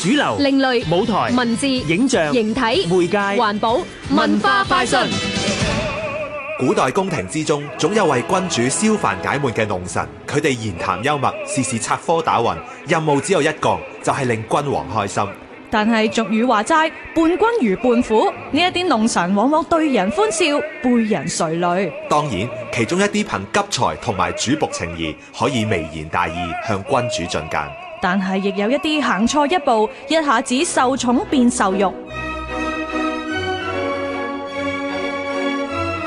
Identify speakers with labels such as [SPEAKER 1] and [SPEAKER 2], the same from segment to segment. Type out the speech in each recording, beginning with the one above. [SPEAKER 1] 主流、
[SPEAKER 2] 另類
[SPEAKER 1] 舞台、
[SPEAKER 2] 文字、
[SPEAKER 1] 影像、
[SPEAKER 2] 形體、
[SPEAKER 1] 媒介、
[SPEAKER 2] 環保、文化快訊。
[SPEAKER 3] 古代宮廷之中，總有為君主消煩解悶嘅弄臣，佢哋言談幽默，時時插科打諢，任務只有一個，就係、令君王開心。
[SPEAKER 4] 但係俗語話齋，伴君如伴虎，呢一啲弄臣往往對人歡笑，背人垂淚。
[SPEAKER 3] 當然，其中一啲憑急才同埋主仆情義，可以微言大義向君主進諫。
[SPEAKER 4] 但係亦有一啲行錯一步，一下子受寵變受辱。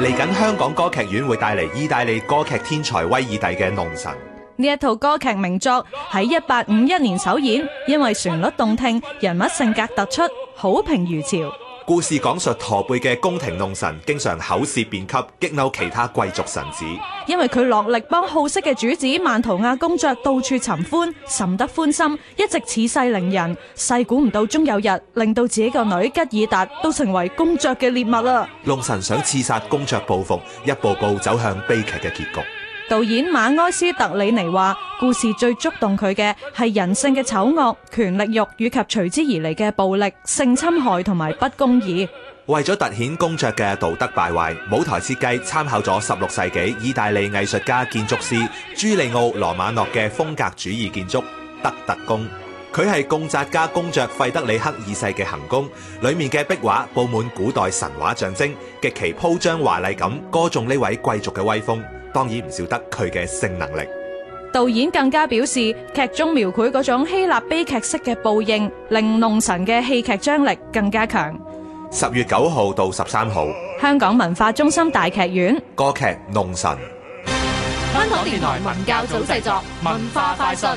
[SPEAKER 3] 嚟緊香港歌劇院會帶嚟意大利歌劇天才威爾第嘅弄臣。
[SPEAKER 4] 呢一套歌劇名作喺一八五一年首演，因為旋律動聽，人物性格突出，好評如潮。
[SPEAKER 3] 故事講述駝背嘅宮廷弄臣經常口舌辯給，激嬲其他貴族臣子。
[SPEAKER 4] 因為佢落力幫好色嘅主子曼圖亞公爵到處尋歡，甚得歡心，一直恃勢凌人。細估唔到終有日令到自己個女吉爾達都成為公爵嘅獵物啦。
[SPEAKER 3] 弄臣想刺殺公爵報復，一步步走向悲劇嘅結局。
[SPEAKER 4] 導演馬埃斯特里尼話：故事最觸動佢嘅係人性嘅醜惡、權力慾以及隨之而嚟嘅暴力、性侵害同埋不公義。
[SPEAKER 3] 為咗突顯公爵嘅道德敗壞，舞台設計參考咗十六世紀意大利藝術家建築師朱利奧·羅馬諾嘅風格主義建築德特宮。佢係共澤家公爵費德里克二世嘅行宮，裡面嘅壁畫佈滿古代神話象徵，極其鋪張華麗咁歌頌呢位貴族嘅威風，當然唔少得佢嘅性能力。
[SPEAKER 4] 導演更加表示，劇中描繪嗰種希臘悲劇式嘅報應，令弄臣嘅戲劇張力更加強。
[SPEAKER 3] 十月九號到十三號，
[SPEAKER 4] 香港文化中心大劇院。
[SPEAKER 3] 歌劇《弄臣》。
[SPEAKER 2] 香港電台文教組製作，文化快訊。